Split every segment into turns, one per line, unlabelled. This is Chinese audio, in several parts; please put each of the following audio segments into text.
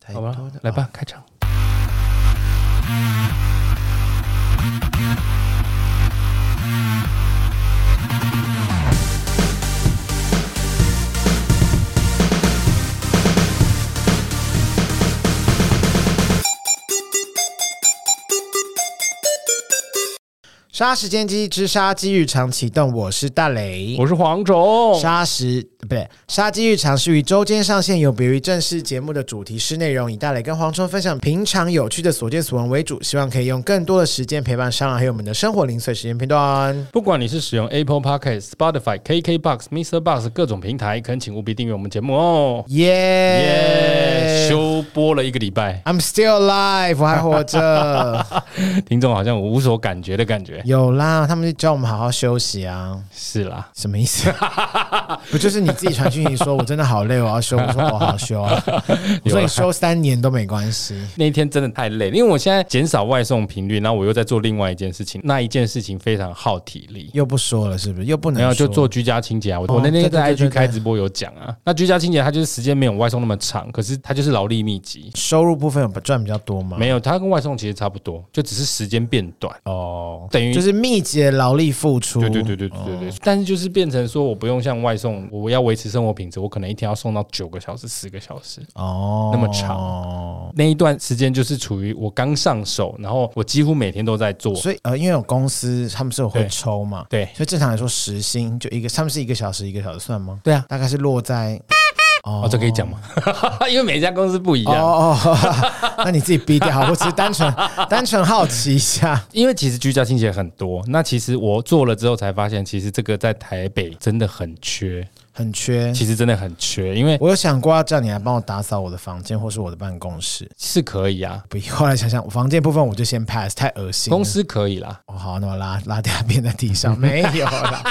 太
好
哎多
吧
的，哦
来吧，开场。
杀时间机之杀机日常启动，我是大雷。
我是黄总，
杀时不对，杀机日常是于周间上线，有别于正式节目的主题式内容，以大磊跟黄春分享平常有趣的所见所闻为主，希望可以用更多的时间陪伴商人还有我们的生活零碎时间片段。
不管你是使用 Apple Podcast、Spotify、KKBox、Mr. Box 各种平台，恳请务必订阅我们节目哦。耶，
耶、
休播了一个礼拜，
I'm still alive，我还活着。
听众好像无所感觉的感觉。
有啦，他们就叫我们好好休息啊。
是啦，
什么意思？不就是你自己传讯息说我真的好累，我要休。我说我好休啊，我说你休三年都没关系。
那一天真的太累，因为我现在减少外送频率，然后我又在做另外一件事情，那一件事情非常耗体力。
又不说了，是不是？又不能
然后就
说
做居家清洁啊，我、我
哦
那天
对
在
对对
IG 开
对
直播有讲啊，那居家清洁它就是时间没有外送那么长，可是它就是劳力密集，
收入部分有赚比较多吗？
没有它跟外送其实差不多，就只是时间变短，
哦，
等于
就是哦密集的劳力付出。
对对对对对对对，但是就是变成说我不用像外送，我要维持生活品质，我可能一天要送到九个小时、十个小时。
哦，
那么长
哦，
那一段时间就是处于我刚上手，然后我几乎每天都在做。
所以呃，因为有公司他们是有会
对
抽嘛，
对
所以正常来说时薪就一个，他们是一个小时一个小时算吗？
对啊，
大概是落在哦
哦，这可以讲吗？ 因为每一家公司不一
哦
样。
哦，哦那你自己逼掉，我只是单纯单纯好奇一下。
因为其实居家清洁很多，那其实我做了之后才发现，其实这个在台北真的很缺，
很缺。
其实真的很缺，因为
我有想过要叫你来帮我打扫我的房间或是我的办公室，
是可以啊，
不，后来想想，我房间部分我就先 pass，太恶心了。
公司可以啦，
哦，好，那我拉拉掉便在地 上，没有啦，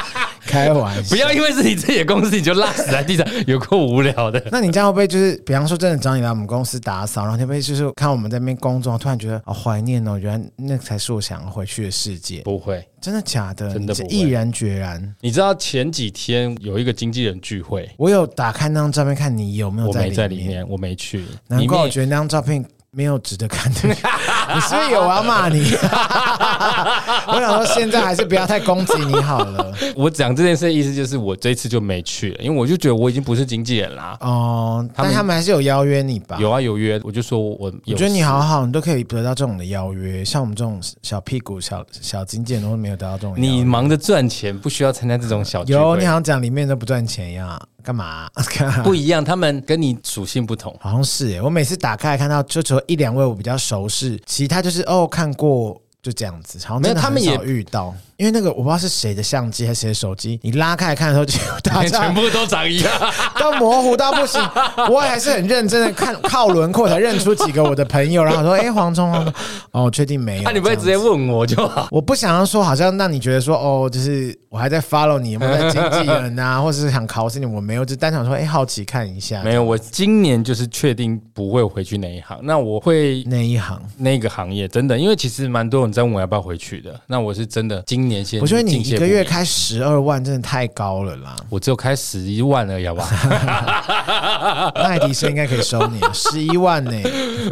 开玩笑。
不要因为是你自己的公司你就拉屎在地上，有够无聊的。
那你这样会不会就是，比方说真的找你来我们公司打扫，然后你会不会就是看我们在那边工作，突然觉得好怀念哦，原来那才是我想要回去的世界，
不会，
真的假的？
真
你
的
是
不会
毅然决然。
你知道前几天有一个经纪人聚会，
我有打开那张照片看你有没有
我没哦在
里
里面，我没去。
难
里
怪
面
我觉得那张照片没有值得看的。 你是不是有我要骂你？ 我想说，现在还是不要太攻击你好了。
我讲这件事的意思就是我这一次就没去了，因为我就觉得我已经不是经纪人啦。
哦，
他们
但他们还是有邀约你吧？
有啊有约，我就说我
我
有
觉得你
事
好好，你都可以得到这种的邀约，像我们这种小屁股、小小经纪人都没有得到这种邀约。
你忙着赚钱，不需要参加这种小聚
有
会。
你好像讲里面都不赚钱一样，干嘛？ 干嘛
不一样，他们跟你属性不同。
好像是耶，我每次打开来看到，就除了一两位我比较熟识，其他就是哦看过就这样子，好像
没有
真的
他们
很
也
少遇到，因为那个我不知道是谁的相机还是谁的手机，你拉开来看的时候就 大
全
家
部都长一样，
都模糊到 不行，我还是很认真的看靠轮廓才认出几个我的朋友，然后说哎、黄忠黄忠哦确定没有，
那、啊 你不会直
这样子
接问我就好？
我不想要说，好像让你觉得说，哦，就是我还在 follow 你，有没有在经纪人 啊，或者是想考试你，我没有，就单想说，哎、好奇看一下
没有，我今年就是确定不会回去那一行。那我会
那一行。
那个行业，真的，因为其实蛮多人在问我要不要回去的。那我是真的今年先，
我觉得你一个月，开十二万，真的太高了啦！
我只有开十一万而已，好吧？
麦迪生应该可以收你十一万 呢、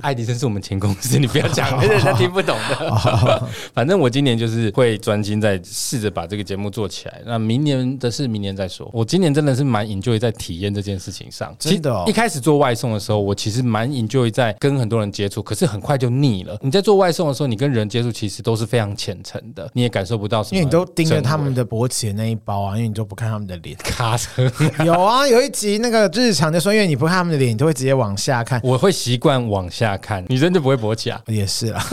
爱迪生是我们前公司，你不要 讲，人家听不懂
哦
的。反正我今年就是会专心在试着把这个节目做起来。那明年的事，明年再说。我今年真的是蛮 enjoy 在体验这件事情上。
真的哦
其实一开始做外送的时候，我其实蛮 enjoy 在跟很多人接触，可是很快就腻了。你在做外送的时候，你跟人接触其实都是非常浅层的，你也感受不到什么，。
因为你都盯着他们的勃起的那一包啊，因为你都不看他们的脸
卡车。
有啊，有一集那个日常就说，因为你不看他们的脸，你都会直接往下看，
我会习惯往下看，女生就不会勃起啊。
也是 啦。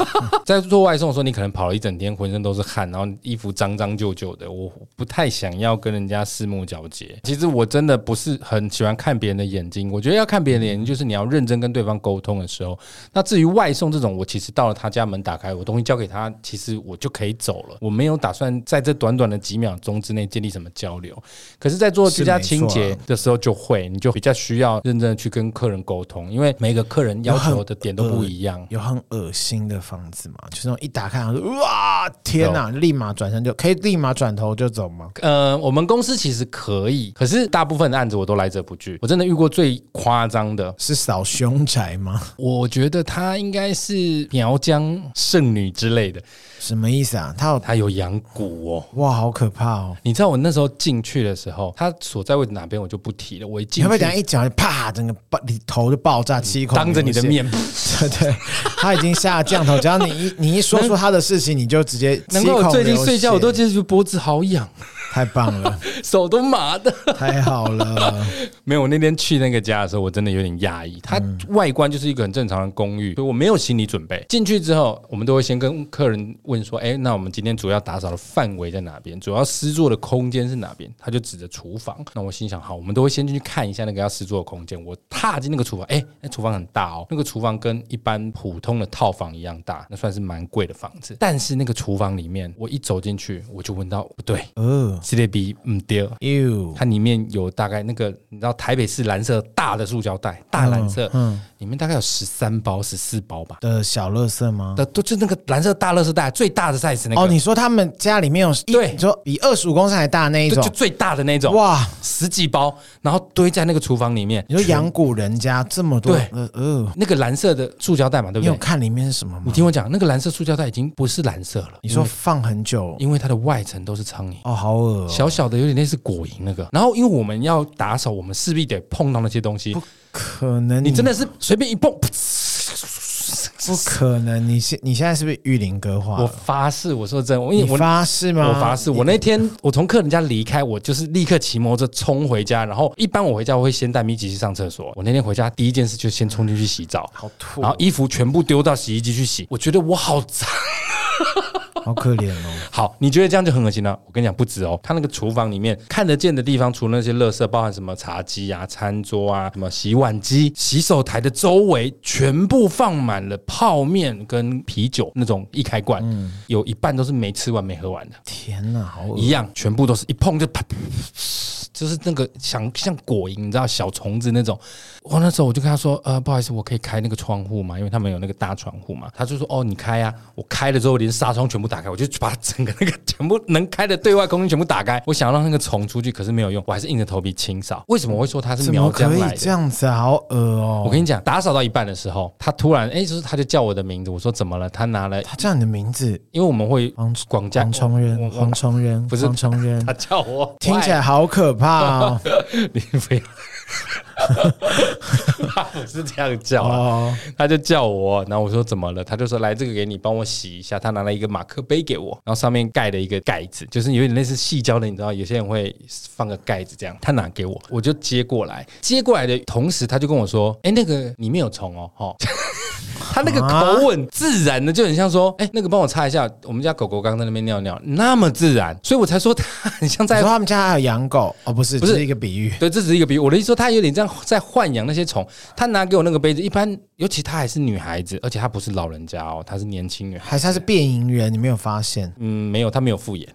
在做外送的时候，你可能跑了一整天，浑身都是汗，然后衣服脏脏旧旧的，我不太想要跟人家四目交接。其实我真的不是很喜欢看别人的眼睛，我觉得要看别人的眼睛，就是你要认真跟对方沟通的时候。那至于外送这种，我其实到了他家门打开，我东西交给他，其实我就可以走了，我没有打算在这短短的几秒钟之内建立什么交流。可是，在做居家清
是没
洁
错
的时候就会，你就比较需要认真的去跟客人沟通，因为每个客人要
有
求
很
的点都不一样。
有很恶心的房子吗？就是那种一打开，然后就哇，天哪！立马转身就可以立马转头就走吗？
呃，我们公司其实可以，可是大部分的案子我都来者不拒。我真的遇过最夸张的，
是扫凶宅吗？
我觉得他应该是苗疆圣女之类的，
什么意思啊？他有
他有养蛊哦。
哇，好可怕哦！
你知道我那时候进去的时候，他所在位置哪边我就不提了。我一
你
进
会不会
去
等一下，一脚就啪，整个爆你头就爆炸，七孔
当着你的
流血，
面，
对，他已经下降头，只要你一 你一说出他的事情，你就直接
难
七
怪
孔
我最近
流
睡觉我
血
都觉得脖子好痒，
太棒 了，
手都麻的。
太好了，
没有，我那天去那个家的时候，我真的有点压抑。它外观就是一个很正常的公寓，所以我没有心理准备。进去之后，我们都会先跟客人问说：“哎，那我们今天主要打扫的范围在哪边？主要施作的空间是哪边？”他就指着厨房。那我心想：好，我们都会先进去看一下那个要施作的空间。我踏进那个厨房，哎，那厨房很大哦，那个厨房跟一般普通的套房一样大，那算是蛮贵的房子。但是那个厨房里面，我一走进去，我就闻到不对，
哦
这类比嗯对。
，you，
它里面有大概那个，你知道台北市蓝色大的塑胶袋，大蓝色，
嗯
里面大概有十三包、十四包吧，
的小乐色吗？
的都就那个蓝色大垃圾袋最大的 size 那个，
哦，你说他们家里面有一
对
你说比二十五公升还大那一
就
种
就，最大的那种，
哇！
十几包，然后堆在那个厨房里面。
你说养蛊人家这么多，
对
呃呃，
那个蓝色的塑胶袋嘛，对
你
不
有
对？
看里面是什么吗
你？听我讲，那个蓝色塑胶袋已经不是蓝色了，
你说放很久，
因为它的外层都是苍蝇。
哦，好恶哦，
小小的有点类似果蝇那个，然后因为我们要打扫，我们势必得碰到那些东西。
可能
你真的是随便一碰，
不可能，你现你现在是不是玉林哥化
我
了？
发誓，我说真的，我因
你
为我
发誓吗？
我发誓，我那天我从客人家离开，我就是立刻骑摩托车冲回家。然后一般我回家我会先带米奇去上厕所。我那天回家第一件事就先冲进去洗澡，
好吐，
然后衣服全部丢到洗衣机去洗。我觉得我好脏。
好可怜哦。
好，你觉得这样就很恶心了、我跟你讲不止哦，他那个厨房里面看得见的地方，除了那些垃圾，包含什么茶几啊、餐桌啊、什么洗碗机、洗手台的周围，全部放满了泡面跟啤酒那种一开罐，有一半都是没吃完、没喝完的。
天哪，好恶
一样，全部都是一碰就啪，就是那个像像果蝇，你知道小虫子那种。我那时候我就跟他说，呃，不好意思，我可以开那个窗户嘛，因为他们有那个大窗户嘛。他就说，哦，你开啊。我开了之后，连纱窗全部打开，我就把整个那个全部能开的对外空间全部打开。我想让那个虫出去，可是没有用，我还是硬着头皮清扫。为什么我会说它是
怎么
苗疆
可
来
以
的
这？样子啊？好恶哦！
我跟你讲，打扫到一半的时候，他突然哎、就是他就叫我的名字，我说怎么了？他拿了，
他叫你的名字，
因为我们会
黄
广家
黄崇
我
仁，
我
黄崇仁，
不是
黄崇仁
他，叫我，
听起来好可怕哦。
你不要，他不是这样叫啊，
哦，
他就叫我，然后我说怎么了？他就说来这个给你，帮我洗一下。他拿了一个马克杯给我，然后上面盖了一个盖子，就是有点类似细胶的，你知道，有些人会放个盖子这样。他拿给我，我就接过来，接过来的同时，他就跟我说：“哎，那个里面有虫哦，哈、他那个口吻自然的，就很像说：“哎、那个帮我擦一下，我们家狗狗刚在那边尿尿，那么自然，所以我才说他很像
你
在
说他们家还有养狗哦？不是，
不
这
是
是一个比喻。
对，这只是一个比喻。我的意思说，他有点这样在豢养那些虫。他拿给我那个杯子，一般，尤其她还是女孩子，而且她不是老人家哦，她是年轻女孩。
还是他是变蝇人，你没有发 现？
嗯，没有，她没有复眼。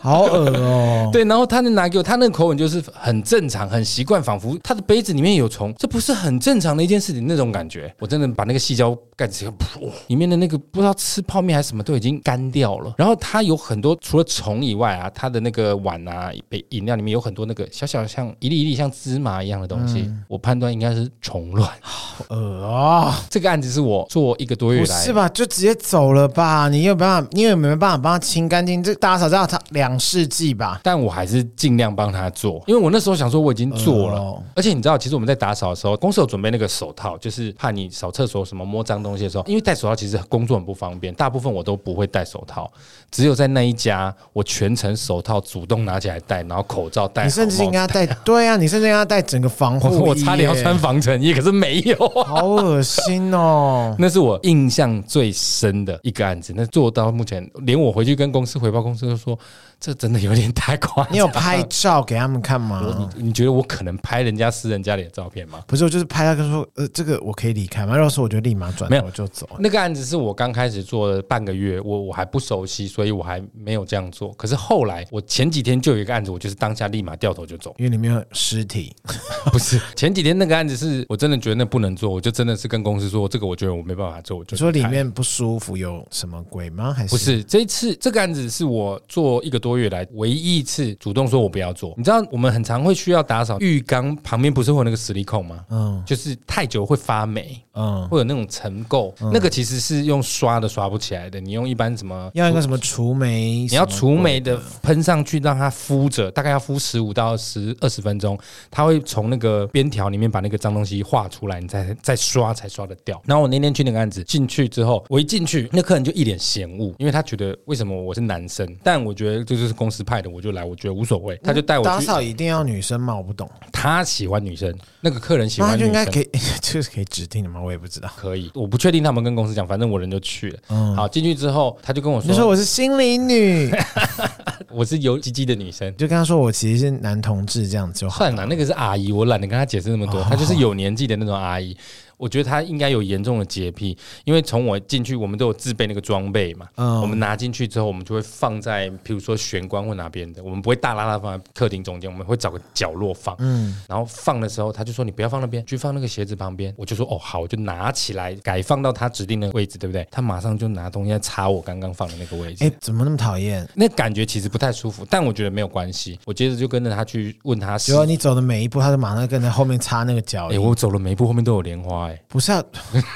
好恶哦！
对，然后她就拿给我，她那个口吻就是很正常、很习惯，仿佛她的杯子里面有虫，这不是很正常的一件事情那种感觉。我真的把那个细胶盖子，噗，里面的那个不知道吃泡面还是什么都已经干掉了。然后它有很多除了虫以外啊，它的那个碗啊、杯饮料里面有很多那个小小像一粒一粒像芝麻一样的东西，
嗯
我判断应该是虫 卵。
好恶哦！
这个案子是我做一个多月
不
以
是
来，
吧？就直接走了吧？你有办法？你有没有办法帮他清干净？这打扫道他两世纪吧？
但我还是尽量帮他做，因为我那时候想说我已经做了，
哦
而且你知道，其实我们在打扫的时候，公司有准备那个手套，就是怕你扫厕所什么摸脏东西的时候，因为戴手套其实工作很不方便，大部分我都不会戴手套，只有在那一家我全程手套主动拿起来戴，然后口罩哎戴好，
你甚至应该
帽子
带对啊，你甚至应该带整个防护
我
衣耶。
我差点要穿防尘衣，可是没有。
好恶心 哦！
那是我印象最深的一个案子，那做到目前，连我回去跟公司回报，公司就说，这真的有点太夸张。
你有拍照给他们看吗
我？你你觉得我可能拍人家私人家里的照片吗？
不是，我就是拍他跟说，呃，这个我可以离开吗？然后说我就立马转
没有
头就走。。
那个案子是我刚开始做了半个月，我我还不熟悉，所以我还没有这样做。可是后来，我前几天就有一个案子，我就是当下立马掉头就走
因为里面有尸体，
不是前几天那个案子是我真的觉得那不能做，我就真的是跟公司说，这个我觉得我没办法做，我就
你说
离
里
开
面不舒服，有什么鬼吗？还是
不是这一次这个案子是我做一个多月来唯一一次主动说我不要做。你知道我们很常会需要打扫浴缸旁边不是会有那个实力控吗？
嗯
就是太久会发霉，
嗯，
会有那种尘垢，那个其实是用刷的刷不起来的。你用一般什么
要一个什么除霉？
你要
什么
除霉的喷上去，让它敷着，大概要敷十五到十二十分钟，它会从那个边条里面把那个脏东西画出来，你再再刷才刷得掉。然后我那天去那个案子进去之后，我一进去，那客人就一脸嫌恶，因为他觉得为什么我是男生，但我觉得这就是公司派的，我就来，我觉得无所谓。他就带我
打
去，
扫一定要女生吗？我不懂，
他喜欢女生，那个客人喜
那他
欢
就
女
应该
生。
可以， 这是可以指定的吗？我也不知道。嗯
可以，我不确定他们跟公司讲，反正我人就去了。好，进去之后，他就跟我
你就说
说，
我是心理女，
我是有鸡鸡的女生
你。就跟他说我其实是男同志这样子就好。
算了，那个是阿姨，我懒得跟她解释那么多。
哦
她就是有年纪的那种阿姨，我觉得她应该有严重的洁癖，因为从我进去，我们都有自备那个装备嘛。
嗯
我们拿进去之后，我们就会放在，比如说玄关或哪边的，我们不会大拉拉放在客厅中间，我们会找个角落放。
嗯，
然后放的时候，她就说你不要放那边，去放那个鞋子旁边。我就说哦好，我就拿起来改放到她指定的位置，对不对？她马上就拿东西来擦我刚刚放的那个位置。
哎、怎么那么讨厌？
那感觉其实不太舒服，但我觉得没有关系。我接着就跟着她去问她是
结果你走的每一步，他就马上跟在后面擦那个脚
哎、
印。
我走了每一步后面都有莲花、欸，
不是啊，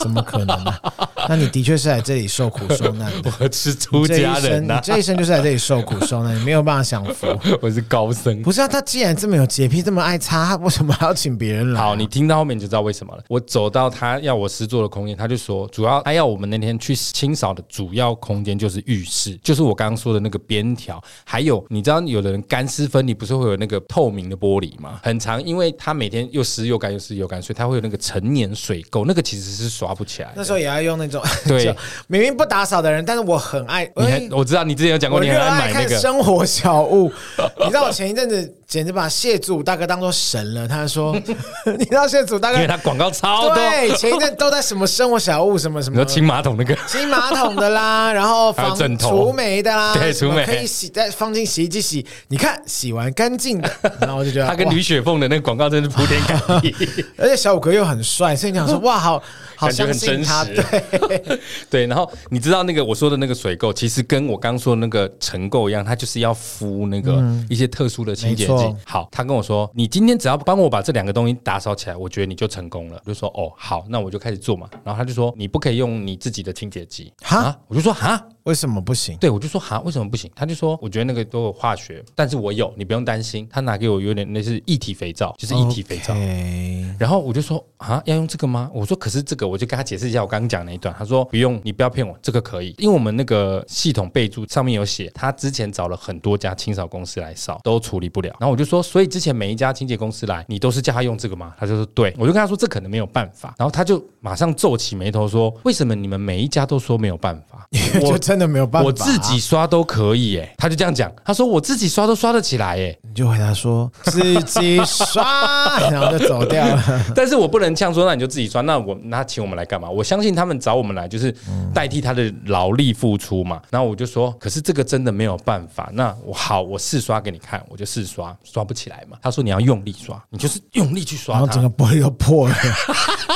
怎么可能呢、啊那你的确是来这里受苦受难 的。
我是出
这一
家人啊
生，
呐、
你这一生就是来这里受苦受难，你没有办法享福。
我是高僧。
不是啊，他既然这么有洁癖，这么爱擦，他为什么还要请别人来？
好，你听到后面你就知道为什么了。我走到他要我施作的空间，他就说，主要他要我们那天去清扫的主要空间就是浴室，就是我刚刚说的那个边条，还有你知道有的人干湿分离不是会有那个透明的玻璃吗？很长，因为他每天又湿又干又湿又干，所以他会有那个陈年水垢，那个其实是刷不起来的。
那时候也要用那 种，
对
就明明不打扫的人，但是我很爱，
你
哎
很我知道你之前有讲过，
我
你
热
很爱
爱
买那
看
个。
生活小物，你知道我前一阵子简直把谢祖大哥当做神了。他说， 你知道谢祖大
因为
哥
它广告超多，
对前一阵都在什么生活小物什么什
你说
么
清马桶那个，
清马桶的 啦，然后
还有
防
枕头
除霉的啦，
对除
什么
霉
可以洗再放进洗衣机洗，你看洗完干净 的，然后我就觉得
他跟
哇
吕雪凤的那个广告真是铺天盖 地。
而且小五哥又很帅，所以你 想说哇，好好
感觉
相
很
信
真
他，
实
对，
对，然后你知道那个我说的那个水垢，其实跟我刚说的那个尘垢一样，它就是要敷那个一些特殊的清洁
嗯没
剂
错。
好，他跟我说，你今天只要帮我把这两个东西打扫起来，我觉得你就成功了。我就说哦，好，那我就开始做嘛。然后他就说，你不可以用你自己的清洁剂
哈
啊，我就说哈，
为什么不行？
对，我就说哈，为什么不行？他就说，我觉得那个都有化学，但是我有，你不用担心。他拿给我有点类似一体肥皂，就是一体肥皂。
OK
然后我就说啊，要用这个吗？我说可是这个，我就跟他解释一下我刚刚讲那一段。他说不用，你不要骗我，这个可以，因为我们那个系统备注上面有写，他之前找了很多家清扫公司来扫，都处理不了。然后我就说，所以之前每一家清洁公司来，你都是叫他用这个吗？他就说对，我就跟他说这可能没有办法。然后他就马上皱起眉头说，为什么你们每一家都说没有办法？
就真的没有办法，啊
我自己刷都可以耶、他就这样讲，他说我自己刷都刷得起来耶、
你就回答说自己刷，然后就走 掉了。
但是我不能呛说，那你就自己刷，那我那请我们来干嘛？我相信他们找我们来就是代替他的劳力付出嘛。然后我就说，可是这个真的没有办法。那我好，我试刷给你看，我就试刷，刷不起来嘛。他说你要用力刷，你就是用力去
然
刷
后整
它。
个玻璃都破 了，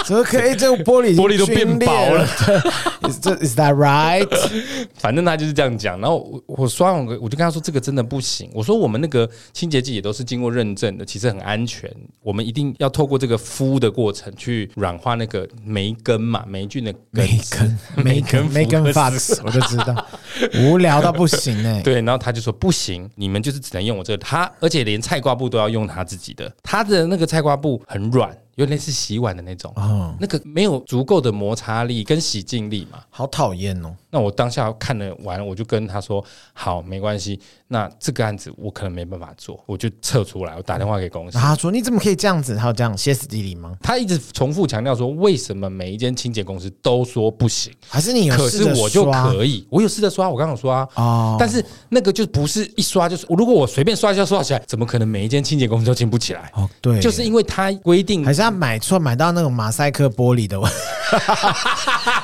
怎么可以？这个玻璃已经
玻璃都变薄了
皲裂了。对 Is that- is that right？
反正他就是这样讲。然后我我刷完我我就跟他说，这个真的不行。我说我们那个清洁剂也都是经过认证的，其实很安全。我们一定要透过这个敷的过程去软化那个霉根嘛，霉菌的根
梅根，梅根，梅
福克
根
斯
Fox，我就知道， 无聊到不行哎、
对，然后他就说不行，你们就是只能用我这个。他而且连菜瓜布都要用他自己的，他的那个菜瓜布很软，有点类似洗碗的那种，
哦，
那个没有足够的摩擦力跟洗净力嘛。
好讨厌哦。
那我当下看了完，我就跟他说：“好，没关系，那这个案子我可能没办法做，我就撤出来。”我打电话给公司
然，后他说：“你怎么可以这样子？”还有这样歇斯底里吗？
他一直重复强调说：“为什么每一间清洁公司都说不行？”
还是你有
可
试
是
着
我就
刷
可以，我有试着刷，我刚刚有刷啊。
哦，
但是那个就不是一刷就是，如果我随便刷一下刷起来，怎么可能每一间清洁公司都清不起来？
哦对，
就是因为它规定
还是要买错，买到那种马赛克玻璃的，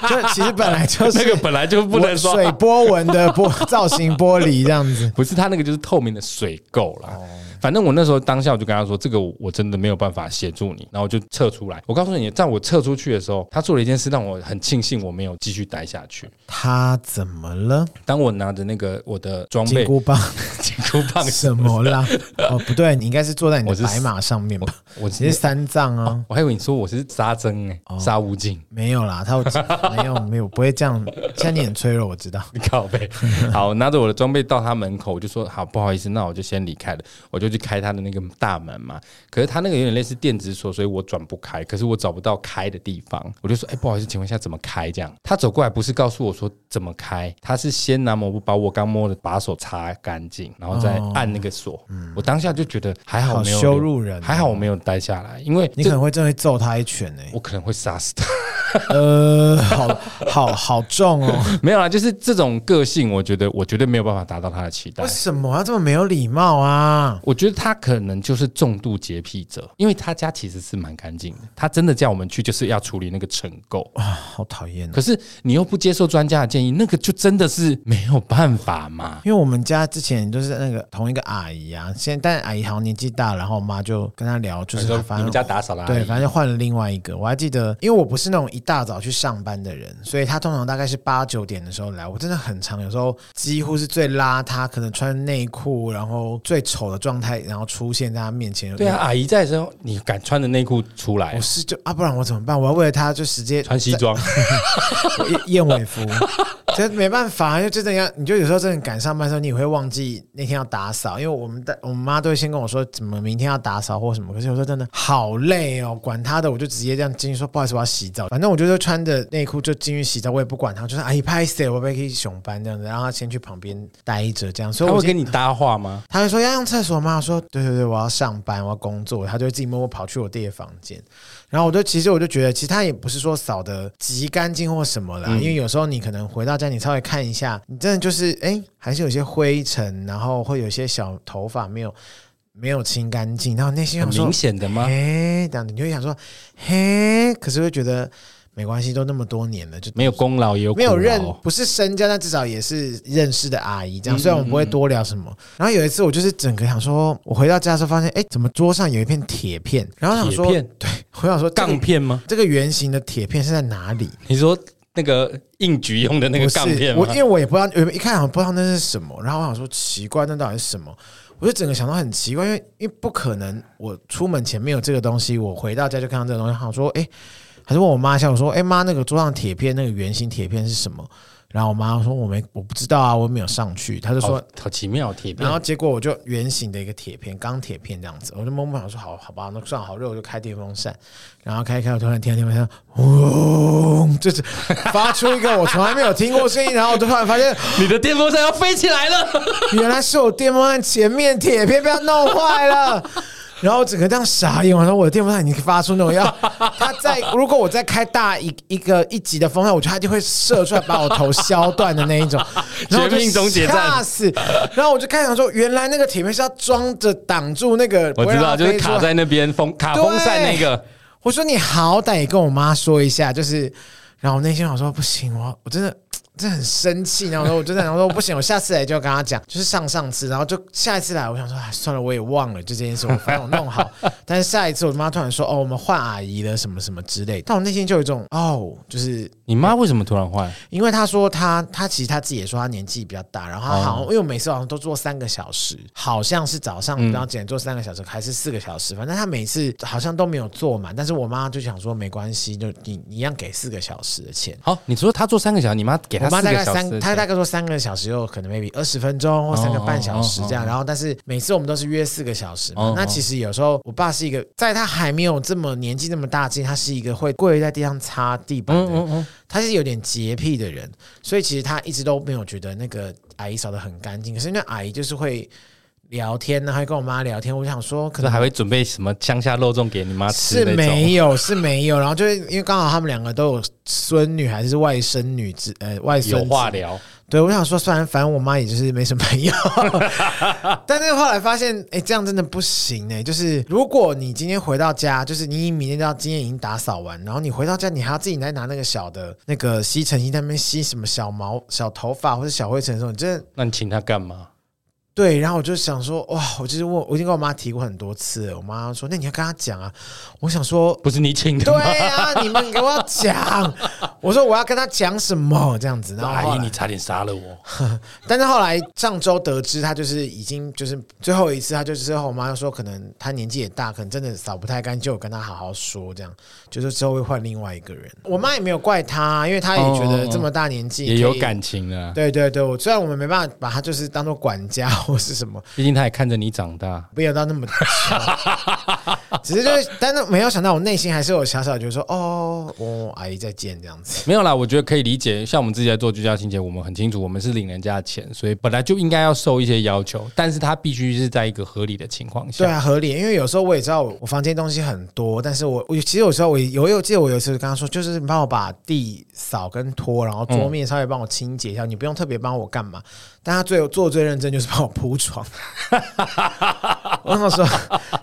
就其实本来就是
那个本来就不能刷，
水波纹的玻造型玻璃这样子。
不是它那个就是透明的水垢啦。
哦
反正我那时候当下我就跟他说，这个我真的没有办法协助你，然后我就撤出来。我告诉你，在我撤出去的时候，他做了一件事让我很庆幸我没有继续待下去。
他怎么了？
当我拿着那个我的装
金
备
箍棒
金箍棒，
什么啦？哦，不对，你应该是坐在你
我
的
是
白马上面吧？你是
我
哦
直接，
三藏啊？
我还以为你说我是杀僧哎，杀无尽。
没有啦，他有没有没有不会这样。现在你很脆弱，我知道。
你 靠 背，好，拿着我的装备到他门口，我就说好，不好意思，那我就先离开了，我就去开他的那个大门嘛。可是他那个有点类似电子锁，所以我转不开，可是我找不到开的地方，我就说，哎、不好意思，请问一下怎么开？这样，他走过来不是告诉我说怎么开，他是先拿抹布把我刚摸的把手擦干净，然后再按那个锁。我当下就觉得还好
嗯好
没有
羞辱人哦
还好我没有待下来，因为
你
这
可能会真的会揍他一拳欸呢、
我可能会杀死 他。
呃，好好好重哦！
没有啦，就是这种个性，我觉得我绝对没有办法达到他的期 待
为。什么要这么没有礼貌啊？
我觉得他可能就是重度洁癖者，因为他家其实是蛮干净的。他真的叫我们去，就是要处理那个尘垢。
好讨厌哦！
可是你又不接受专家的建议，那个就真的是没有办法嘛。
因为我们家之前就是那个同一个阿姨啊，现在但阿姨好像年纪大了，然后我妈就跟她聊，就是她反正
打扫哎啦
对，反正就换了另外一个。我还记得，因为我不是那种一大早去上班的人，所以她通常大概是八九点的时候来。我真的很长，有时候几乎是最邋遢，可能穿内裤，然后最丑的状态，然后出现在她面前。
对啊，，阿姨在的时候，你敢穿着内裤出来
我，是就啊，不然我怎么办？我要为了她就直接
穿西装，
燕燕尾服，这没办法，啊因为就这样，你就有时候真的赶上班的时候，你也会忘记那天要打扫，因为我们的我们妈都会先跟我说怎么明天要打扫或什么，可是有时候真的好累哦，管他的，我就直接这样进去说不好意思，我要洗澡，反正我就是穿着内裤就进去洗澡，我也不管他，就是哎拍谁，我被可以熊班这样子，让他先去旁边待着这样，所
他
以我
会
已经
跟你搭话吗？
他就说要用厕所吗？我说对对对，我要上班，我要工作。他就会自己默默跑去我弟的房间，然后我就其实我就觉得，其实他也不是说扫的极干净或什么
嗯
啦，因为有时候你可能回到家，你稍微看一下，你真的就是哎，诶还是有些灰尘，然后会有一些小头发没有没有清干净，然后内心
很
想说
明，显的吗？
嘿，这样子你就会想说，嘿，可是会觉得没关系，都那么多年了，就
没有功劳也有苦哦
没有认
劳，
不是身家，但至少也是认识的阿姨这
嗯
样。虽然我们不会多聊什么，然后有一次我就是整个想说，我回到家的时候发现，哎，怎么桌上有一片铁片？然后想
铁
说，
片、
我想说，这
杠
个
片吗？
这个圆形的铁片是在哪里？
你说那个硬举用的那个
不是
杠片
我
吗
因？为我也不知道，有一看好像不知道那是什么，然后我想说奇怪，那到底是什么？我就整个想到很奇怪，因为因为不可能，我出门前没有这个东西，我回到家就看到这个东西，好说，哎、还是问我妈一下，我说，哎、妈，那个桌上铁片，那个圆形铁片是什么？然后我妈说我没我不知道啊，我没有上去。她就
好
说，
好奇妙，铁片
然后结果我就圆形的一个铁片，钢铁片这样子，我就默默想说，好好吧，那算了，好热，我就开电风扇，然后开一开，我突然听到电风扇嗡，就是 发出一个我从来没有听过声音，然后我就突然发现，
你的电风扇要飞起来了。
原来是我电风扇前面铁片被它弄坏了。 然后我整个这样傻眼，我说我的电风扇已经发出那种要，它在如果我再开大一一个一级的风扇，我觉得它就会射出来把我头削断的那 一种，然后我就
绝命终结战
吓死！然后我就开始想说，原来那个铁片是要装着挡住那个，
我
不会
知
让
道，
它
就是
飞出
卡
来
在那边风卡风扇那个，
我说你好歹也跟我妈说一下，就是，然后我内心想说不行，我我真的真的很生气，然后我说我真的想说不行，我下次来就要跟她讲，就是上上次，然后就下一次来，我想说哎算了，我也忘了就这件事，我反正我弄好，但是下一次我妈突然说哦我们换阿姨了什么什么之类的，但我内心就有一种哦就是
你妈为什么突然换？
因为他说他他其实他自己也说他年纪比较大，然后
哦
他好像、因为我每次好像都做三个小时，好像是早上然后几点做三个小时还是四个小时，反正他每次好像都没有做满。但是我妈就想说没关系，就你你一样给四个小时的钱。
好，你说她做三个小时，你妈给
我
她
妈
四
大
个
概
小时
三，
的
她
钱，
大概说三个小时，又可能 maybe 二十分钟或三个半小时这样。
哦哦哦哦
然后，但是每次我们都是约四个小时
哦
嘛
哦。
那其实有时候我爸是一个，在他还没有这么年纪那么大之前，他是一个会跪在地上擦地板的
嗯
人。
嗯嗯，
他是有点洁癖的人，所以其实他一直都没有觉得那个阿姨扫的很干净。可是那阿姨就是会聊天呢，还跟我妈聊天。我想说，可
可是
能
还会准备什么乡下肉粽给你妈吃
是
那种。
没有，是没有。然后就是因为刚好他们两个都有孙女还是外甥女之呃外孙
有
子
话聊，
对，我想说，虽然反正我妈也就是没什么朋友，但是后来发现，哎、这样真的不行哎、就是如果你今天回到家，就是你明天到今天已经打扫完，然后你回到家，你还要自己再拿那个小的那个吸尘器在那边吸什么小毛、小头发或者小灰尘的时候，你真的
那你请他干嘛？
对。然后我就想说，哇，我就是问，我已经跟我妈提过很多次了，我妈说，那你要跟她讲啊。我想说，
不是你请的
对
吗？
啊，你们给我讲，我说我要跟她讲什么这样子。然后
阿
后
姨，
来
你差点杀了我！
但是后来上周得知，他就是已经就是最后一次，他就是后我妈就说，可能他年纪也大，可能真的扫不太干净，我跟他好好说，这样就是之后会换另外一个人。我妈也没有怪他，因为她也觉得这么大年纪
也有
可以。
感情啊，
对对对，我虽然我们没办法把他就是当做管家或是什么，
毕竟他也看着你长大。
没有到那么久只是就是，但是没有想到我内心还是有小小觉得说，哦，哦，阿姨再见这样子。
没有啦，我觉得可以理解。像我们自己在做居家清洁，我们很清楚，我们是领人家的钱，所以本来就应该要受一些要求，但是他必须是在一个合理的情况
对
下。
啊，合理，因为有时候我也知道我我房间东西很多，但是我我其实有时候我有有记得我有一次跟他说，就是你帮我把地扫跟拖，然后桌面稍微帮我清洁一下，你不用特别帮我干嘛。但他最做最认真就是帮我铺床，我跟他说，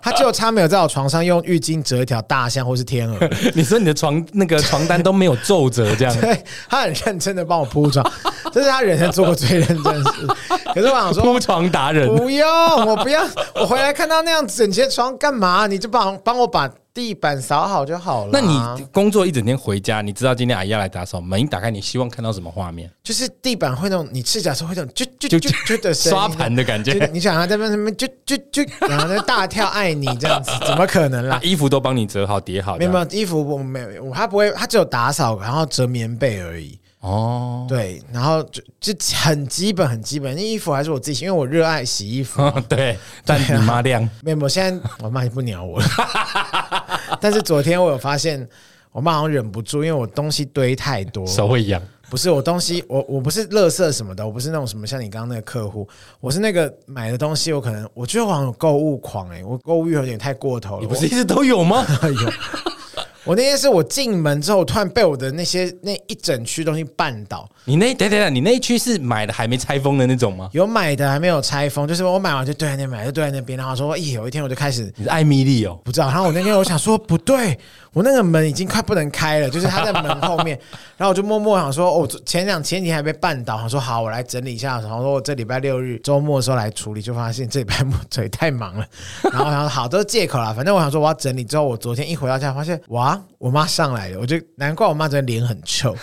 他就差没有在我床上用浴巾折一条大象或是天鹅，
你说你的床那个床单都没有皱褶这样，
对他很认真的帮我铺床，这是他人生做过最认真的事。可是我 想说，
铺床达人。
不用，我不要，我回来看到那样整洁床干嘛？你就帮帮我把地板扫好就好了。
那你工作一整天回家，你知道今天阿姨要来打扫，门一打开，你希望看到什么画面？
就是地板会那种，你赤脚的时候会那种啾啾啾啾的声音
刷盘的感
就
觉，
你想要在那边什么啾啾啾，然后在大跳爱你这样子，怎么可能啦
把？衣服都帮你折好叠好这
没有
样。
没有衣服，我没有，我他不会，他只有打扫，然后折棉被而已。
哦，
对，然后就就很基本很基本，那衣服还是我自己洗，因为我热爱洗衣服。
对，但你妈亮，
没有，我现在我妈也不鸟 我了。但是昨天我有发现，我妈好像忍不住，因为我东西堆太多。
手会痒。
不是我东西，我我不是垃圾什么的，我不是那种什么像你刚刚那个客户，我是那个买的东西，我可能我觉得我好像有购物狂哎、我购物欲有点太过头了。
你不是一直都有吗？
哎呦，我那天是我进门之后，突然被我的那些那一整区东西绊倒，
你那等等等，你那一区是买的还没拆封的那种吗？
有买的还没有拆封，就是我买完就堆在那边，买就堆在那边，然后说，咦，有一天我就开始
你是艾米丽哦，
不知道。然后我那天我想说不对，我那个门已经快不能开了，就是它在门后面。 然后我就默默想说，哦，前两前几天还被绊倒，想说好，我来整理一下。然后说我这礼拜六日周末的时候来处理，就发现这礼拜末腿太忙了。 然后我想说好，都是借口啦，反正我想说我要整理之后，我昨天一回到家发现，哇，我妈上来了，我就难怪我妈昨天脸很臭，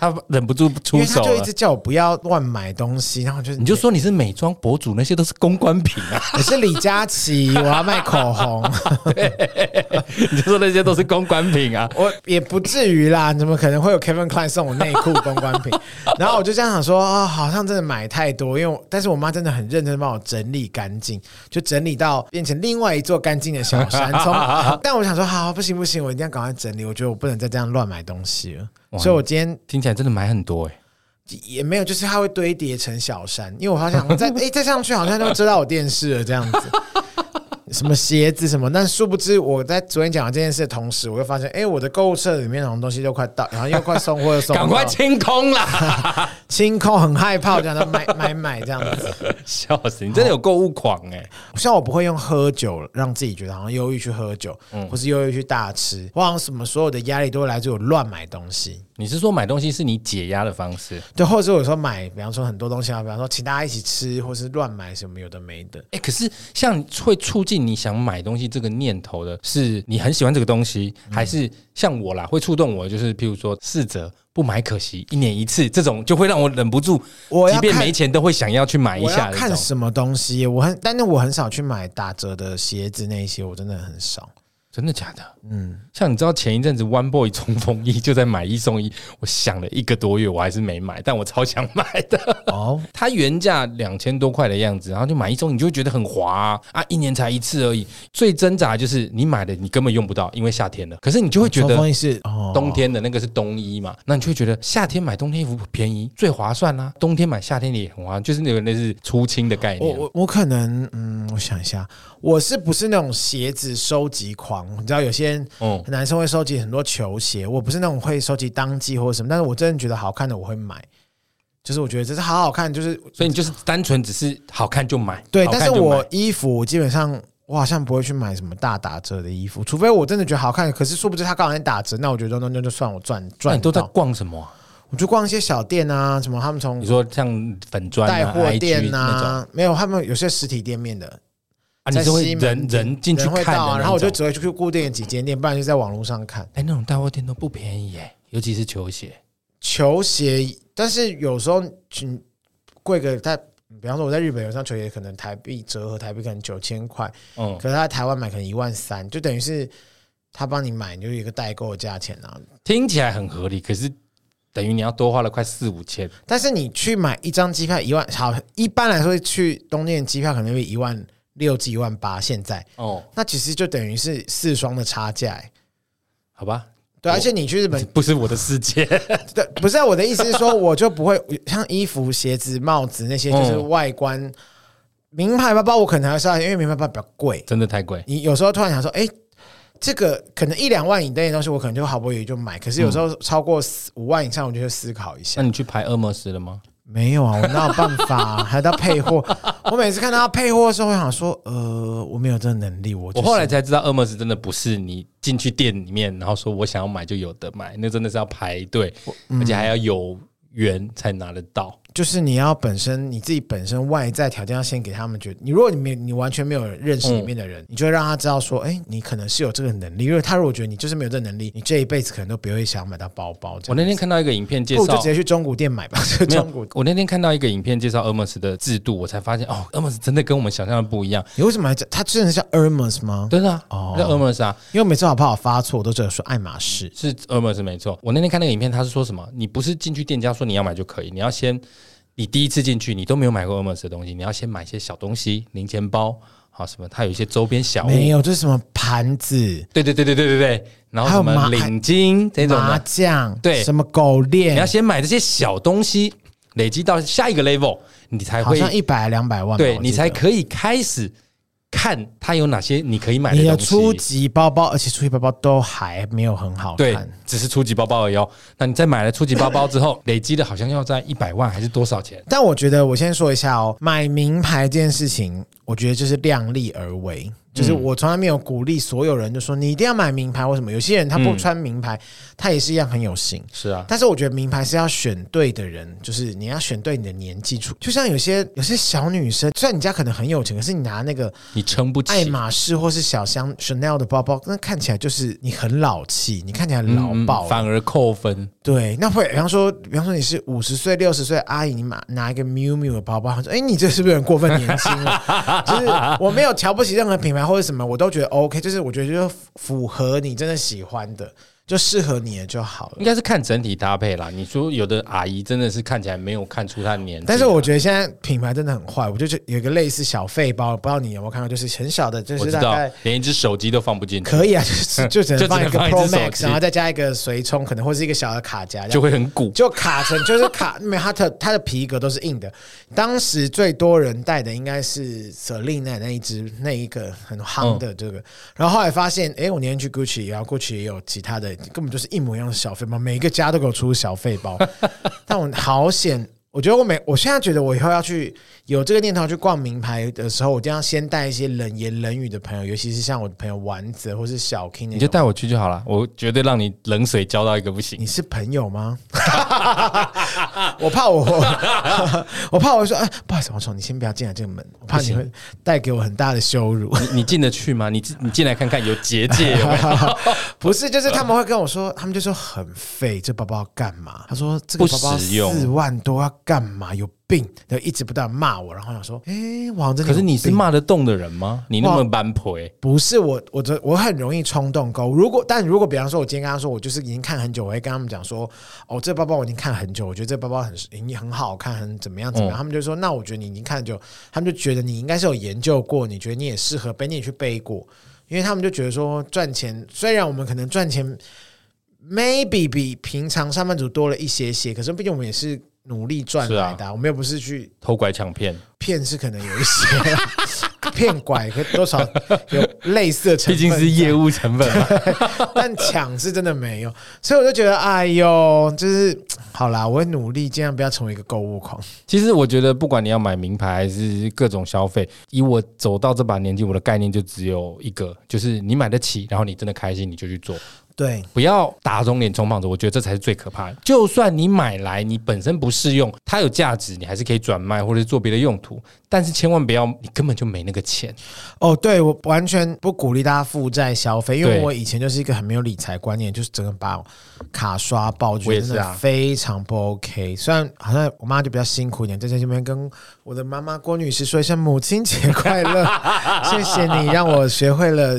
她忍不住
因
出
为她
手
就一
了
直。叫我不要乱买东西，然后我就
你就说你是美妆博主，那些都是公关品啊！
我是李佳琦，我要卖口红。
你就说那些都是公关品啊！
我也不至于啦，怎么可能会有 Kevin Klein 送我内裤公关品？然后我就这样想说，啊、好像真的买太多，因为我但是我妈真的很认真地帮我整理干净，就整理到变成另外一座干净的小山。从但我想说，好不行不行，我一定要赶快整理，我觉得我不能再这样乱买东西了。
哇
所以我今天
听起来真的买很多哎、
也没有，就是它会堆叠成小山，因为我好想 再诶再上去，好像就遮到我电视了这样子。什么鞋子什么，但殊不知我在昨天讲完这件事的同时，我又发现，诶，我的购物车里面什么东西都快到，然后又快送货又送不到，
赶快清空啦！
清空，很害怕，我讲的买买买这样子。
笑死，你真的有购物狂哎、
像我不会用喝酒让自己觉得好像忧郁去喝酒，
嗯
或是忧郁去大吃，我好像什么所有的压力都会来自我乱买东西。
你是说买东西是你解压的方式？
对，或者是我有时候买，比方说很多东西啊，比方说请大家一起吃，或是乱买什么有的没的。
哎、可是像会促进你想买东西这个念头的，是你很喜欢这个东西，还是像我啦，会触动我的就是譬如说四折不买可惜，一年一次这种，就会让我忍不住，
我
即
要
便
看
没钱都会想要去买一
我
下
要
这
看
种。
什么东西，我很，但是我很少去买打折的鞋子那一些，我真的很 少。
真的假的？
嗯，
像你知道前一阵子 One Boy 冲锋衣就在买一送一，我想了一个多月，我还是没买，但我超想买的。
哦，
它原价两千多块的样子，然后就买一送，你就会觉得很划啊啊一年才一次而已。最挣扎就是你买的你根本用不到，因为夏天了，可是你就会觉
冲
得
锋衣是哦，
冬天的那个是冬衣嘛，那你就会觉得夏天买冬天衣服便宜，最划算啦、冬天买夏天的也很划算，就是那个类似出清的概
我
念。
我我可能嗯，我想一下，我是不是那种鞋子收集狂？你知道有些人
嗯，
男生会收集很多球鞋，我不是那种会收集当季或者什么，但是我真的觉得好看的我会买。就是我觉得这是好好看，就是
所以你就是单纯只是好看就买，
对，
好
但
看
是
就
我
买
衣服基本上我好像不会去买什么大打折的衣服，除非我真的觉得好看。可是殊不知它刚好在打折，那我觉得那那就算我赚
那
赚
你都在
到。
逛什么啊、
我就逛一些小店啊，什么他们从
你说像粉砖、啊、
带货
IG
店
那种
啊，没有他们有些实体店面的，
啊，你
在
是
西
会
门
人人进去
人会
看的
到啊，
那
然后我就
种
只会去固定的几间店，不然就在网络上看
哎、那种带货店都不便宜耶、尤其是球鞋。
球鞋。但是有时候嗯贵个在，比方说我在日本有一双球鞋，可能台币折合台币可能九千块，
嗯，
可是他在台湾买可能一万三，就等于是他帮你买，你就有一个代购的价钱啊。
听起来很合理，可是等于你要多花了快四五千。
但是你去买一张机票一万，好，一般来说去东京的机票可能会一万六至一万八，现在
哦，
那其实就等于是四双的差价、欸。
好吧，
对，啊
我
而且你去日本，
不是我的世界。
对，不是我的意思是说，我就不会像衣服、鞋子、帽子那些，就是
嗯
外观，名牌包包我可能还是要，因为名牌包比较贵。
真的太贵。
你有时候突然想说，哎、这个可能一两万以内的东西，我可能就毫不犹豫就买。可是有时候超过四五万以上，我就会思考一下。
那你去排 Hermes 了吗？
没有啊，我哪有办法、啊？还要配 货。我每次看到配货的时候，我想说，呃，我没有这个能力。我、就
我
是
后来才知道 Hermes 真的不是你进去店里面，然后说我想要买就有的买，那真的是要排队，而且还要有缘才拿得到。
就是你要本身你自己本身外在条件要先给他们觉得，你如果你没你完全没有认识里面的人，你就会让他知道说，哎、你可能是有这个能力。因为他如果觉得哎你就是没有这个能力，你这一辈子可能都不会想买到包包这
我
样。
那天看到一个影片介
不如就
绍
直，接去中古店买吧，就
没
中古
有，我那天看到一个影片介绍 Hermes 的制度，我才发现哦，Hermes 真的跟我们想象的不一样。
你为什么还叫它真的叫 Hermes 吗？
真的啊，
哦
那 Hermes 啊，
因为我每次好怕我发错，我都只有说爱马仕。
是 Hermes 没错。我那天看那个影片，他是说什么？你不是进去店家说你要买就可以，你要先，你第一次进去你都没有买过 Hermes 的东西，你要先买一些小东西，零钱包，好什么，它有一些周边小物。
没有，这是什么盘子、
对对对对对对对，然后
还有
什么
麻
领巾这种
麻
的，
将，
对
什么狗
你要
链，
先买这些小东西，累积到下一个 level，你才
好
会
像一百两百万吧，
对
我记
你才
得
可以开始看它有哪些你可以买
你的
东
初
西。
级包包，而且初级包包都还没有很好
对
看。，
只是初级包包而已哦。那你在买了初级包包之后，累积的好像要在一百万还是多少钱？
但我觉得，我先说一下哦，买名牌这件事情，我觉得就是量力而为。就是我从来没有鼓励所有人就说你一定要买名牌或什么。有些人他
嗯
不穿名牌，他也是一样很有型。
是啊，
但是我觉得名牌是要选对的人，就是你要选对你的年纪出。就像有些有些小女生，虽然你家可能很有钱，可是你拿那个
你撑不
爱
起。
马仕或是小香 Chanel 的包包，那看起来就是你很老气，你看起来
嗯
老爆了。
反而扣分，
对，那会比方说，比方说你是五十岁、六十岁的阿姨，你拿拿一个 miu miu 的包包，她说：“哎、你这是不是有点过分年轻 了？”就是我没有瞧不起任何品牌或者什么，我都觉得 OK，就是我觉得就是符合你真的喜欢的，就适合你的就好了
应。该是看整体搭配啦。你说有的阿姨真的是看起来没有看出她的年纪啊，
但是我觉得现在品牌真的很坏，我就觉得有一个类似小费包，不知道你有没有看到，就是很小的，就
我
是
知
大
道
概，
连一只手机都放不进去，
可以啊，就是 就只
就只
能放一
能
个
放一只
Pro
手机
Max，然后再加一个随充，可能或是一个小的卡夹，这样
就会很鼓。
就卡成就是卡， 没有它的它的皮革都是硬的。当时最多人戴的应该是 Selina 那一只那一个很夯的这个，然后后来发现，哎、我那天去 Gucci，然后 Gucci 也有其他的，根本就是一模一样的小费包，每一个家都给我出小费包，但我好险。我觉得我每我现在觉得我以后要去有这个念头去逛名牌的时候，我一定要先带一些冷言冷语的朋友，尤其是像我的朋友丸子或是小 King 那
你就
种。
带我去就好了，我绝对啊让你冷水浇到一个不行
你。是朋友吗？我怕我， 我怕我说，哎，不好意思，王总，你先不要进来这个门，我怕你会带给我很大的羞辱。
你你进得去吗？你你进来看看有结界有没
啊
有？
不是，就是他们会跟我说，他们就说很废，这包包要干嘛？他说这个包包
不实用
四万多要干嘛？有病！然后一直不断骂我，然后我想说，哎，王真的
可
有病，
是你是骂得动的人吗？你那么般配，
不是我，我这我很容易冲动购物。如果但如果比方说，我今天跟他说我就是已经看很久，我会跟他们讲说，哦，这包包我已经看很久，我觉得这包包很已经很好看，很怎么样怎么
嗯
样。他们就说，那我觉得你已经看很久，他们就觉得你应该是有研究过，你觉得你也适合背，你也去背过，因为他们就觉得说赚钱，虽然我们可能赚钱 maybe 比平常上班族多了一些些，可是毕竟我们也是努力赚
是啊
来的啊、我们又不是去
偷拐抢骗，
骗，是可能有一些啦。 骗拐可多少有类似的成分，
毕竟是业务成本嘛。
但抢是真的没有，所以我就觉得，哎呦，就是好啦，我会努力，尽量不要成为一个购物狂。
其实我觉得，不管你要买名牌还是各种消费，以我走到这把年纪，我的概念就只有一个，就是你买得起，然后你真的开心，你就去做，
对，
不要打肿脸充胖子。我觉得这才是最可怕的。就算你买来你本身不适用，它有价值，你还是可以转卖或者是做别的用途，但是千万不要你根本就没那个钱。
哦，对我完全不鼓励大家负债消费，因为
对
我以前就是一个很没有理财观念，就是整个把卡刷爆，
我
觉
也
得真
是
的
啊
非常不 OK。虽然好像我妈就比较辛苦一点，在这边跟我的妈妈郭女士说一声母亲节快乐， 谢谢你让我学会了。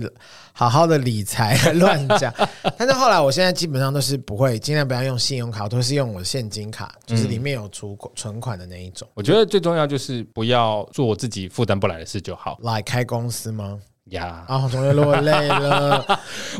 好好的理财， 乱讲。但是后来，我现在基本上都是不会，尽量不要用信用卡，我都是用我的现金卡，就是
嗯
里面有储存款的那一种。
我觉得最重要就是不要做自己负担不来的事就好
来开公司吗？
呀。
啊，我终于落泪了。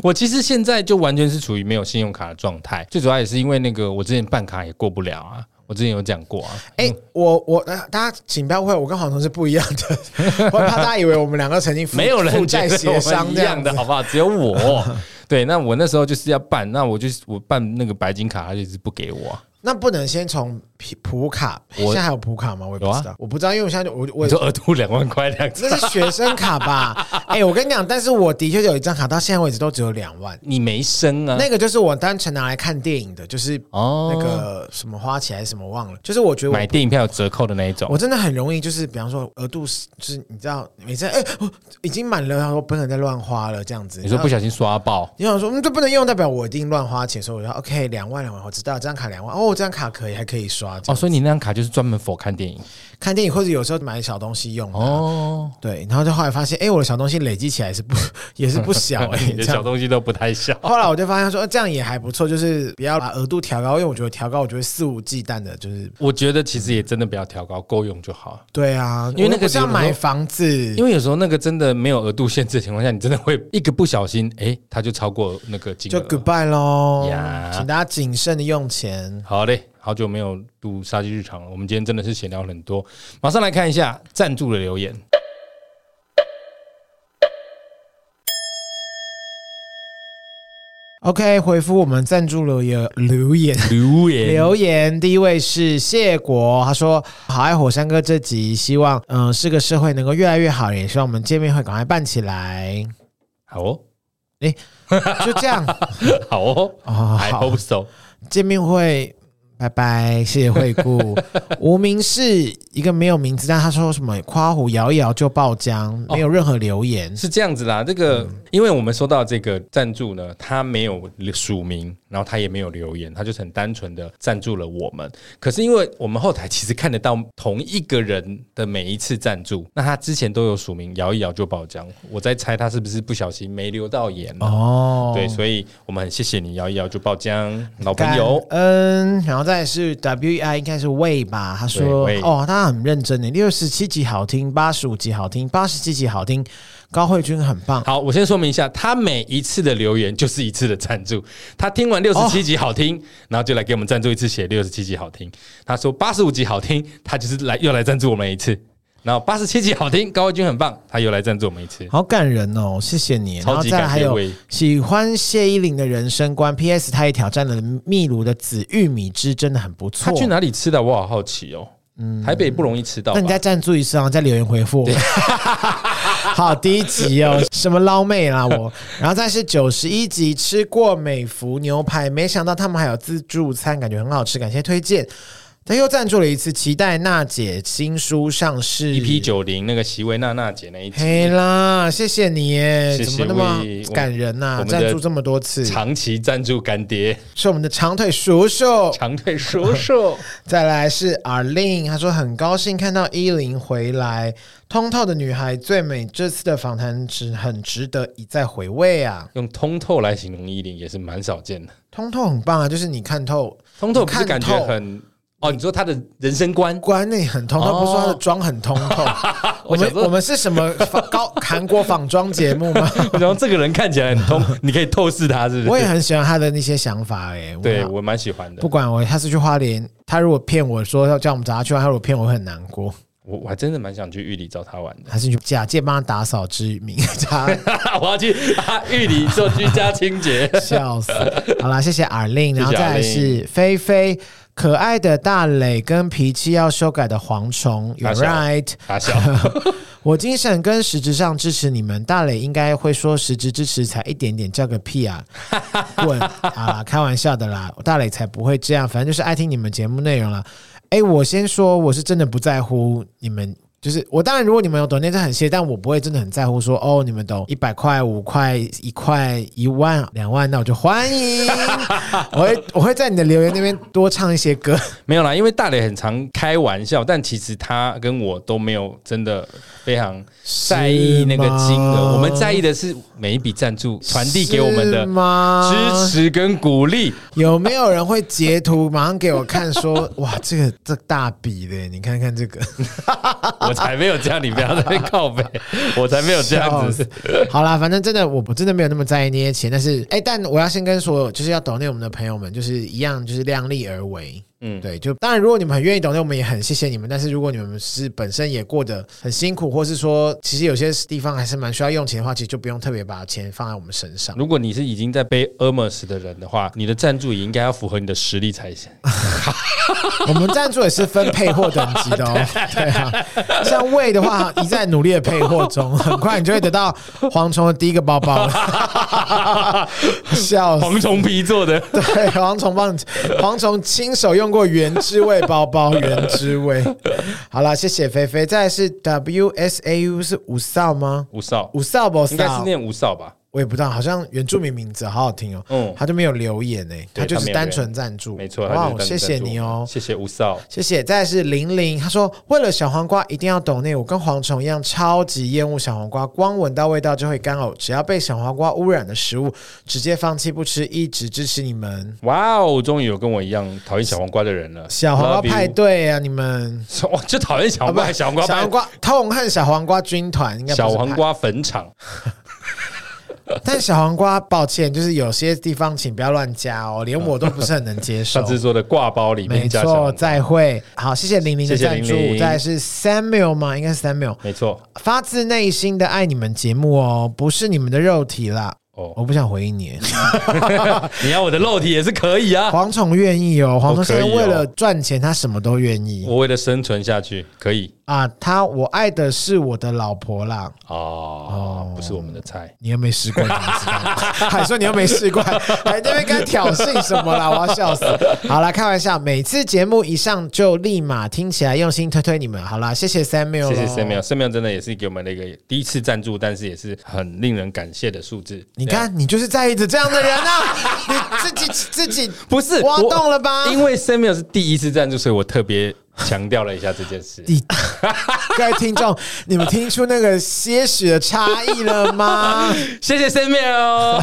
我其实现在就完全是处于没有信用卡的状态，最主要也是因为那个我之前办卡也过不了啊，我之前有讲过啊。
哎、我我呃大家请不要误会，我跟黄同是不一样 的，我怕大家以为我们两个曾经负
没有
负
人
债
觉得
协
我
商
们一
这
样
样
的
子。
好不好？只有我。对，那我那时候就是要办，那我就是我办那个白金卡，他就是不给我啊、
那不能先从普普卡，
我
现在还有普卡吗？我也不
有啊
知道，我不知道，因为我现在就我我
你说额度两万块这样子，
那是学生卡吧？哎、我跟你讲，但是我的确有一张卡，到现在为止都只有两万。
你没升啊？
那个就是我单纯拿来看电影的，就是
哦，
那个什么花旗还是什么忘了，就是我觉得我
买电影票有折扣的哦那一种
我。真的很容易，就是比方说额度是，就是你知道每次哎、我已经满了，然后不能再乱花了这样子。
你说不小心刷爆，
你想说，嗯，这不能用，代表我一定乱花钱，所以我说 OK，两万两万，我知道这张卡两万，哦，这张卡可以，还可以刷。
哦，
哦，
所以你那张卡就是专门否看电影
看电影或者有时候买小东西用的啊、
哦。
对，然后就后来发现，哎、我的小东西累积起来是不 也是不 小哎、
你的
这
小
样。
东西都不太小，
后来我就发现说，呃这样也还不错，就是不要把额度调高，因为我觉得调高，我觉得肆无忌惮的，就是
我觉得其实也真的不要调高，够用就好。
对啊，
因为那个
我不是要
有时候
买房子
因，为有时候那个真的没有额度限制的情况下，你真的会一个不小心，哎、它就超过那个金
就
额。
goodbye 喽
呀
请大家谨慎的用钱。
好嘞，好久没有录杀鸡日常了，我们今天真的是闲聊很多。马上来看一下赞助的留言。
OK，回复我们赞助留言留言。
留言
留言第一位是谢国，他说：“好爱火山哥这集，希望嗯、呃是个社会能够越来越好，也希望我们见面会赶快办起 来。
好哦，
就这 样
好哦
哦，
，I
好
hope，so。
见面会，拜拜，谢谢惠 顾。无名氏一个没有名字，但他说什么夸虎摇一摇就爆浆，没有任何留言。
是这样子啦，这个、因为我们收到这个赞助呢，他没有署名，然后他也没有留言，他就是很单纯的赞助了我们。可是因为我们后台其实看得到同一个人的每一次赞助，那他之前都有署名，摇一摇就爆浆。我在猜他是不是不小心没留到言哦。
哦，
对，所以我们很谢谢你摇一摇就爆浆，老朋
感
友。
恩，然后再来是 W E I 应该是魏吧，他说
对魏
哦，他很认真的，六十七集好听，八十五集好听，八十七集好听，高慧君很棒。
好，我先说明一下，他每一次的留言就是一次的赞助。他听完六十七集好听，然后就来给我们赞助一次，写六十七集好听。他说八十五集好听，他就是来又来赞助我们一次。然后八十七集好听，高慧君很棒，他又来赞助我们一次。
好感人哦，谢谢你。然
超
后
级
再来
感
还
谢
有
魏
喜欢谢依霖的人生观，P.S. 他也挑战了秘鲁的紫玉米汁，真的很不错嗯
他。去哪里吃的？我好好奇哦。台北不容易吃到吧。
那你再赞助一次，然后啊再留言回复我。 好低级哦，什么捞妹啦 我。然后再是九十一集吃过美福牛排，没想到他们还有自助餐，感觉很好吃，感谢推荐。他又赞助了一次，期待娜姐新书上市。
EP E 九零那个席维娜娜姐那一
嘿
集，
啦，谢谢你耶，
谢谢
怎么那么
为我
感人呐、
我们的
赞助这么多次，
长期赞助干爹，
是我们的长腿叔叔。
长腿叔 叔。
再来是 Arlene，她说很高兴看到依林回来，通透的女孩最美。这次的访谈值很值得一再回味啊！
用通透来形容依林也是蛮少见的。
通透很棒啊，就是你看透，
通透不是
看
感觉
透
很哦？你说他的人生观？
观念很通透，
哦
不是说她的妆很通透。我
我想
们
说
我们是什么仿高韩国仿妆节目 吗？
我想说这个人看起来很 通，你可以透视他，是不
我也
是？
很喜欢她的那些想法哎、
对
我
我蛮喜欢的
不。管我下次去花莲，她如果骗我说要叫我们找她去玩，她如果骗我会很难过。
我我还真的蛮想去玉里找他玩的。
还是你去假借帮他打扫之名， 他。
我要去啊玉里做居家清洁
笑死。好啦，谢谢 Arlene，然后
谢
再来
Arlene
是菲菲，可爱的大磊跟脾气要修改的蝗虫
大
，You're
小
right。
大笑，
我精神跟实质上支持你们，大磊应该会说实质支持才一点点，叫个屁 啊！滚啊！开玩笑的啦，大磊才不会这样，反正就是爱听你们节目内容啦。哎，我先说，我是真的不在乎你们。就是我当然，如果你们有抖内，这很谢谢，但我不会真的很在乎说哦，你们抖一百块、五块、一块、一万、两万，那我就欢 迎。我会我会在你的留言那边多唱一些歌。
没有啦，因为大磊很常开玩笑，但其实他跟我都没有真的非常在意那个金
是吗
额，我们在意的是每一笔赞助传递给我们的
是吗
支持跟鼓励。
有没有人会截图马上给我看说，哇，这个这大笔的，你看看这个，
我才没有这样，你不要在那边靠背，我才没有这样子。
笑死。好啦，反正真的我不真的没有那么在意那些钱，但是哎、但我要先跟所有就是要懂内我们的朋友们，就是一样就是量力而为。嗯，对，就当然，如果你们很愿意懂内，我们也很谢谢你们。但是如果你们是本身也过得很辛苦，或是说其实有些地方还是蛮需要用钱的话，其实就不用特别把钱放在我们身上。
如果你是已经在背 Hermes 的人的话，你的赞助也应该要符合你的实力才 行。
我们赞助也是分配货等级的 哦。对啊，像魏的话，一再努力的配货 中，很快你就会得到蝗虫的第一个包包 了。笑死！
蝗虫皮 做的，
对，蝗虫帮蝗虫亲手用过原汁味包 包，原汁味。好了，谢谢菲菲。再来是 W S A U 是五少吗？
吴少
五少不
应该是
少，
念吴少吧？
我也不知道，好像原住民名字好好听哦。
嗯
他就没有留言呢、
对
他就
他没
是
有
单
留
纯赞助。
没错，他
哇
就，
谢
是单
谢
赞助
你哦。
谢谢吴少。
谢谢。再来是玲玲，她说为了小黄瓜一定要懂内，我跟蝗虫一样超级厌恶小黄瓜，光闻到味道就会干呕。只要被小黄瓜污染的食物，直接放弃不吃，一直支持你们。
哇哦，终于有跟我一样讨厌小黄瓜的人 了。
小黄瓜
Love you
派，对啊，你们
我就讨厌小黄
啊
瓜，
不
小黄瓜
小
派
黄，瓜痛恨小黄瓜军团，应该不
小
是
黄瓜坟场。
派。但小黄瓜，抱歉，就是有些地方请不要乱加哦，连我都不是很能接受
上。次说的挂包里面
没
加小黄
错，
瓜
再会。好，谢谢玲玲的
谢谢
赞助。
玲玲
再来是 Samuel 吗？应该是 Samuel。
没错
发自内心的爱你们节目哦，不是你们的肉体啦。
哦，
我不想回应 你，哦
你要我的肉体也是可 以啊。
蝗虫愿意哦，蝗虫先
可
生
以哦
为了赚钱，他什么都愿意
我为了生存下去，可以
啊。他我爱的是我的老婆啦，
哦，不是我们的菜。
你又没试过，你怎么知道 还说你又没试过，还还在那边跟他挑衅什么啦？我要笑死！好啦，开玩笑，每次节目一上就立马听起来用心推推你们。好啦，谢谢 Samuel，
谢谢
咯
Samuel，Samuel 真的也是给我们的一个第一次赞助，但是也是很令人感谢的数字。啊
你看，你就是在意着这样的人 啊！你自己自己
对，不是
挖
我
洞了吧？
因为 Samuel 是第一次赞助，所以我特别强调了一下这件事。
你各位听众，你们听出那个些许的差异了吗？
谢谢 Samuel，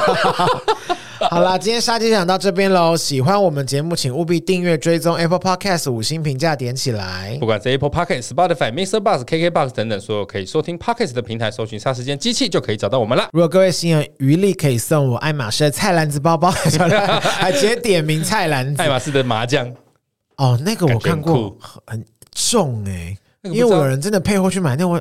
好啦，今天杀鸡讲到这边喽。喜欢我们节目，请务必订阅、追踪 Apple Podcast 五星评价点起来
不。管是 Apple p o c k e t Spotify、Mr. Bus、KK Box 等等所有可以收听 p o c k e t 的平台，搜寻“杀时间机器”就可以找到我 们啦。
如果各位心有余力，可以送我爱马仕的菜篮子包包，还直接点名菜篮子
爱。马仕的麻将，
哦，那个我看
哎感觉
过
很，
很重哎、
那个不
因为
知
我
道
有人真的配货去买，那我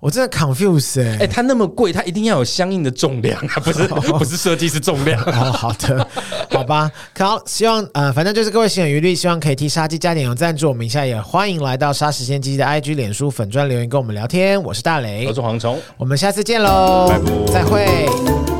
我真的 confuse 哎、
哎、它那么贵，它一定要有相应的重量啊，不是 不是设计师重 量。
哦， 好的，好吧。好，希望呃，反正就是各位心有余力，希望可以替杀鸡加点油赞助我们一下，也欢迎来到杀时间机的 IG、脸书粉专留言跟我们聊天。我是大雷
我，是蝗虫。
我们下次见喽
拜，拜
再会。